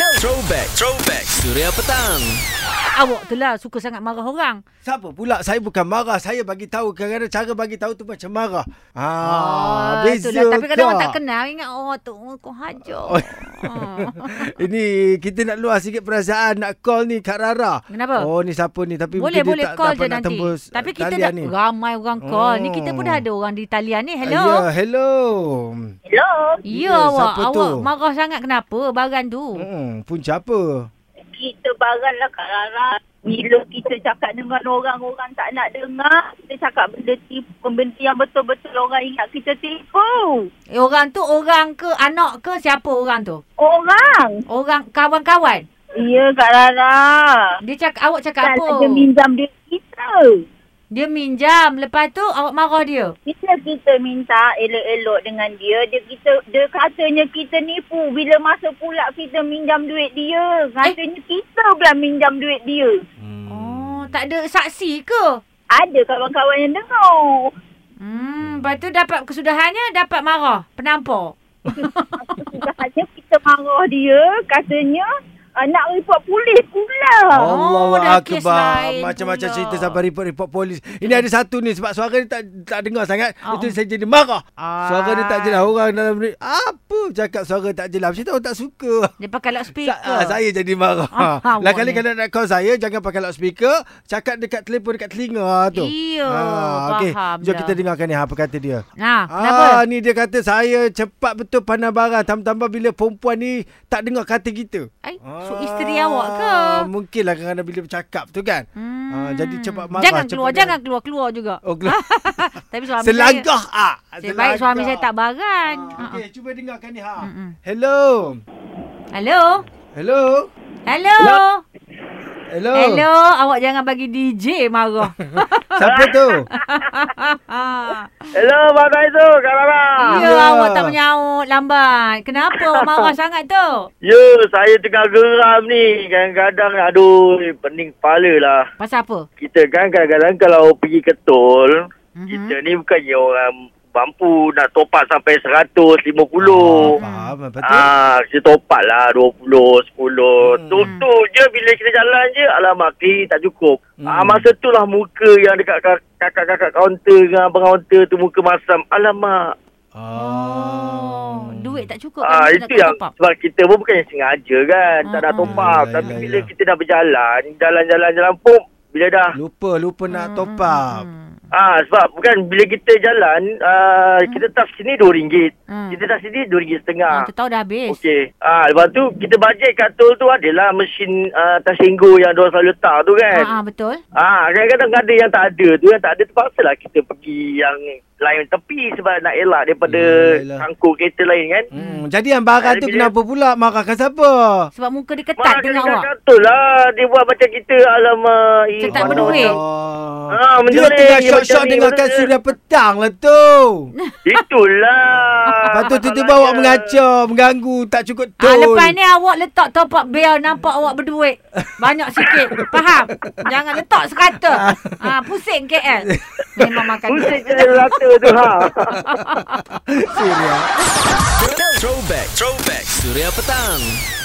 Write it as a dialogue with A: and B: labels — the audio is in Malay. A: Throwback Throwback Suria Petang
B: Awak tu lah suka sangat marah orang.
C: Siapa pula? Saya bukan marah. Saya bagi tahu. Kadang-kadang cara bagi tahu tu macam marah. Ha, ah, beza
B: itulah. lah. Tapi kadang orang
C: tak?
B: tak kenal ingat oh tu oh, kau hajar.
C: Oh.
B: Oh.
C: Ini kita nak luar sikit perasaan nak call ni Kak Rara.
B: Kenapa?
C: Oh ni siapa ni tapi
B: boleh
C: kita
B: boleh
C: tak
B: call
C: dapat
B: je
C: nak
B: nanti.
C: tembus
B: Tapi
C: uh,
B: kita
C: talian
B: dah
C: ni.
B: ramai orang call. Ni kita pun dah
C: Hmm.
B: ada orang di talian ni.
C: Ah, Ya,
B: Hello.
C: hello.
D: Hello,
B: Ya
C: Ya,
B: awak,
C: siapa tu?
B: awak marah sangat kenapa barang tu?
C: Hmm, punca apa?
D: kita baranglah Kak Rara. Bila kita cakap dengan orang, orang tak nak dengar. Kita cakap benda tipu, benda yang betul-betul orang ingat kita oh, tipu.
B: Eh, orang tu orang ke anak ke siapa orang tu?
D: Orang.
B: Orang kawan-kawan.
D: Ya, Kak Rara.
B: Dia cakap awak cakap
D: Kalau
B: apa?
D: dia minjam dia kita.
B: Dia minjam. Lepas tu awak marah dia.
D: Kita kita minta elok-elok dengan dia. Dia kita dia katanya kita nipu. Bila masa pula kita minjam duit dia. Katanya kita pula minjam duit dia.
C: Hmm.
B: Oh, tak ada saksi ke?
D: Ada kawan-kawan yang dengar.
B: Hmm, lepas tu dapat kesudahannya dapat marah, penampar.
D: Hanya kita marah dia katanya uh, nak report polis pula.
B: Oh, dah kes lain
C: Macam-macam
B: pula.
C: cerita sampai report-report polis. Ini ada satu ni sebab suara dia tak tak dengar sangat.
B: Oh.
C: Itu saya jadi marah.
B: Ah.
C: Suara dia tak jelas orang dalam ni. Apa cakap suara tak jelas? Macam tu orang tak suka.
B: Dia pakai loudspeaker.
C: Sa- ah, saya jadi marah.
B: Ah,
C: Ah,
B: awak
C: Lain kali
B: ni.
C: kalau nak call saya jangan pakai loudspeaker, cakap dekat telefon dekat telinga ah, tu. Ah,
B: Iya,
C: okey.
B: faham
C: Jom
B: dah.
C: kita dengarkan ni ha, apa kata dia.
B: Nah, kenapa?
C: Ah, ni dia kata saya cepat betul pandang barang tambah-tambah bila perempuan ni tak dengar kata kita. Ah,
B: Ai, so isteri awak ke?
C: Mungkinlah kadang-kadang bila bercakap tu kan.
B: Hmm.
C: Ah, jadi cepat marah.
B: Jangan
C: cepat
B: keluar,
C: marah.
B: jangan keluar, keluar juga.
C: Oh, keluar.
B: Tapi suami
C: Selangkah ah.
B: saya, saya baik suami saya tak baran.
C: Ah,
B: Ah,
C: Okey, cuba dengarkan ni ha.
B: Mm-mm.
C: Hello.
B: Hello?
C: Hello.
B: Hello?
C: Hello.
B: Hello? Awak jangan bagi DJ marah.
C: Siapa tu?
E: Hello, Abang Daizul, Kak Rara.
B: ya,
C: Ya.
B: awak tak menyaut lambat. Kenapa awak marah sangat tu?
E: Ya, saya tengah geram ni. Kadang-kadang, aduh, pening kepala lah.
B: Pasal apa?
E: Kita kan kadang-kadang kalau pergi ke tol,
B: Mhm.
E: kita ni bukannya orang mampu nak top up sampai 150.
C: Oh,
E: Oh,
C: faham. Betul.
E: ah, kita top up lah 20, 10.
C: Hmm.
E: Tentu je bila kita jalan je, alamak, kiri tak cukup.
C: Hmm.
E: Ah, masa tu lah muka yang dekat kak- kakak-kakak kaunter dengan abang kaunter tu muka masam. Alamak,
B: Oh,
C: Hmm.
B: duit tak cukup kan?
E: Ah
B: kita
E: itu
B: nak
E: yang
B: top up. Ah,
E: sebab kita pun bukan yang sengaja kan. Tak nak
B: Mm-mm.
E: top up.
C: Yelah,
E: Tapi
C: yelah,
E: bila
C: yelah.
E: kita dah berjalan, jalan-jalan-jalan pun bila dah
C: Lupa, lupa nak top up.
B: Hmm.
E: ah sebab bukan bila kita jalan ah, kita tas sini RM2.
B: Hmm.
E: Kita tas sini RM2.50.
B: Ah, tu tahu dah habis.
E: Okey. Ah lepas tu kita bajet kat tol tu adalah mesin ah, tas singgo yang dia selalu letak tu kan.
B: Ah, ah, betul.
E: Ah kadang-kadang ada yang tak ada tu yang tak ada terpaksalah kita pergi yang lain tepi sebab nak elak daripada
C: Yelah, yelah.
E: sangkut kereta lain kan.
C: Hmm, jadi yang
E: Ah,
C: barang tu
E: bila-
C: kenapa pula marahkan siapa?
B: Sebab muka dia
E: Mak,
B: ketat dengan
E: dia
B: awak.
E: Betul lah. Dia buat macam kita. Alamak. eh,
B: Macam tak
E: mana
B: berduit.
E: orang- Ah,
C: Ah, dia
E: menjuling,
C: tengah
E: dia
C: syok-syok
E: macam ni, Ah,
C: dengarkan
E: betul.
C: sudah petang lah tu.
E: Itulah.
C: Lepas tu tiba-tiba awak mengacau, mengganggu, tak cukup tol.
B: Ah, lepas ni awak letak top up biar nampak awak berduit. Banyak sikit. Faham? Jangan letak serata. Ah, pusing KL. Memang makan
E: Pusing
B: duit.
E: je rata tu. Ha.
C: Suria.
A: Throwback Throwback Suria Petang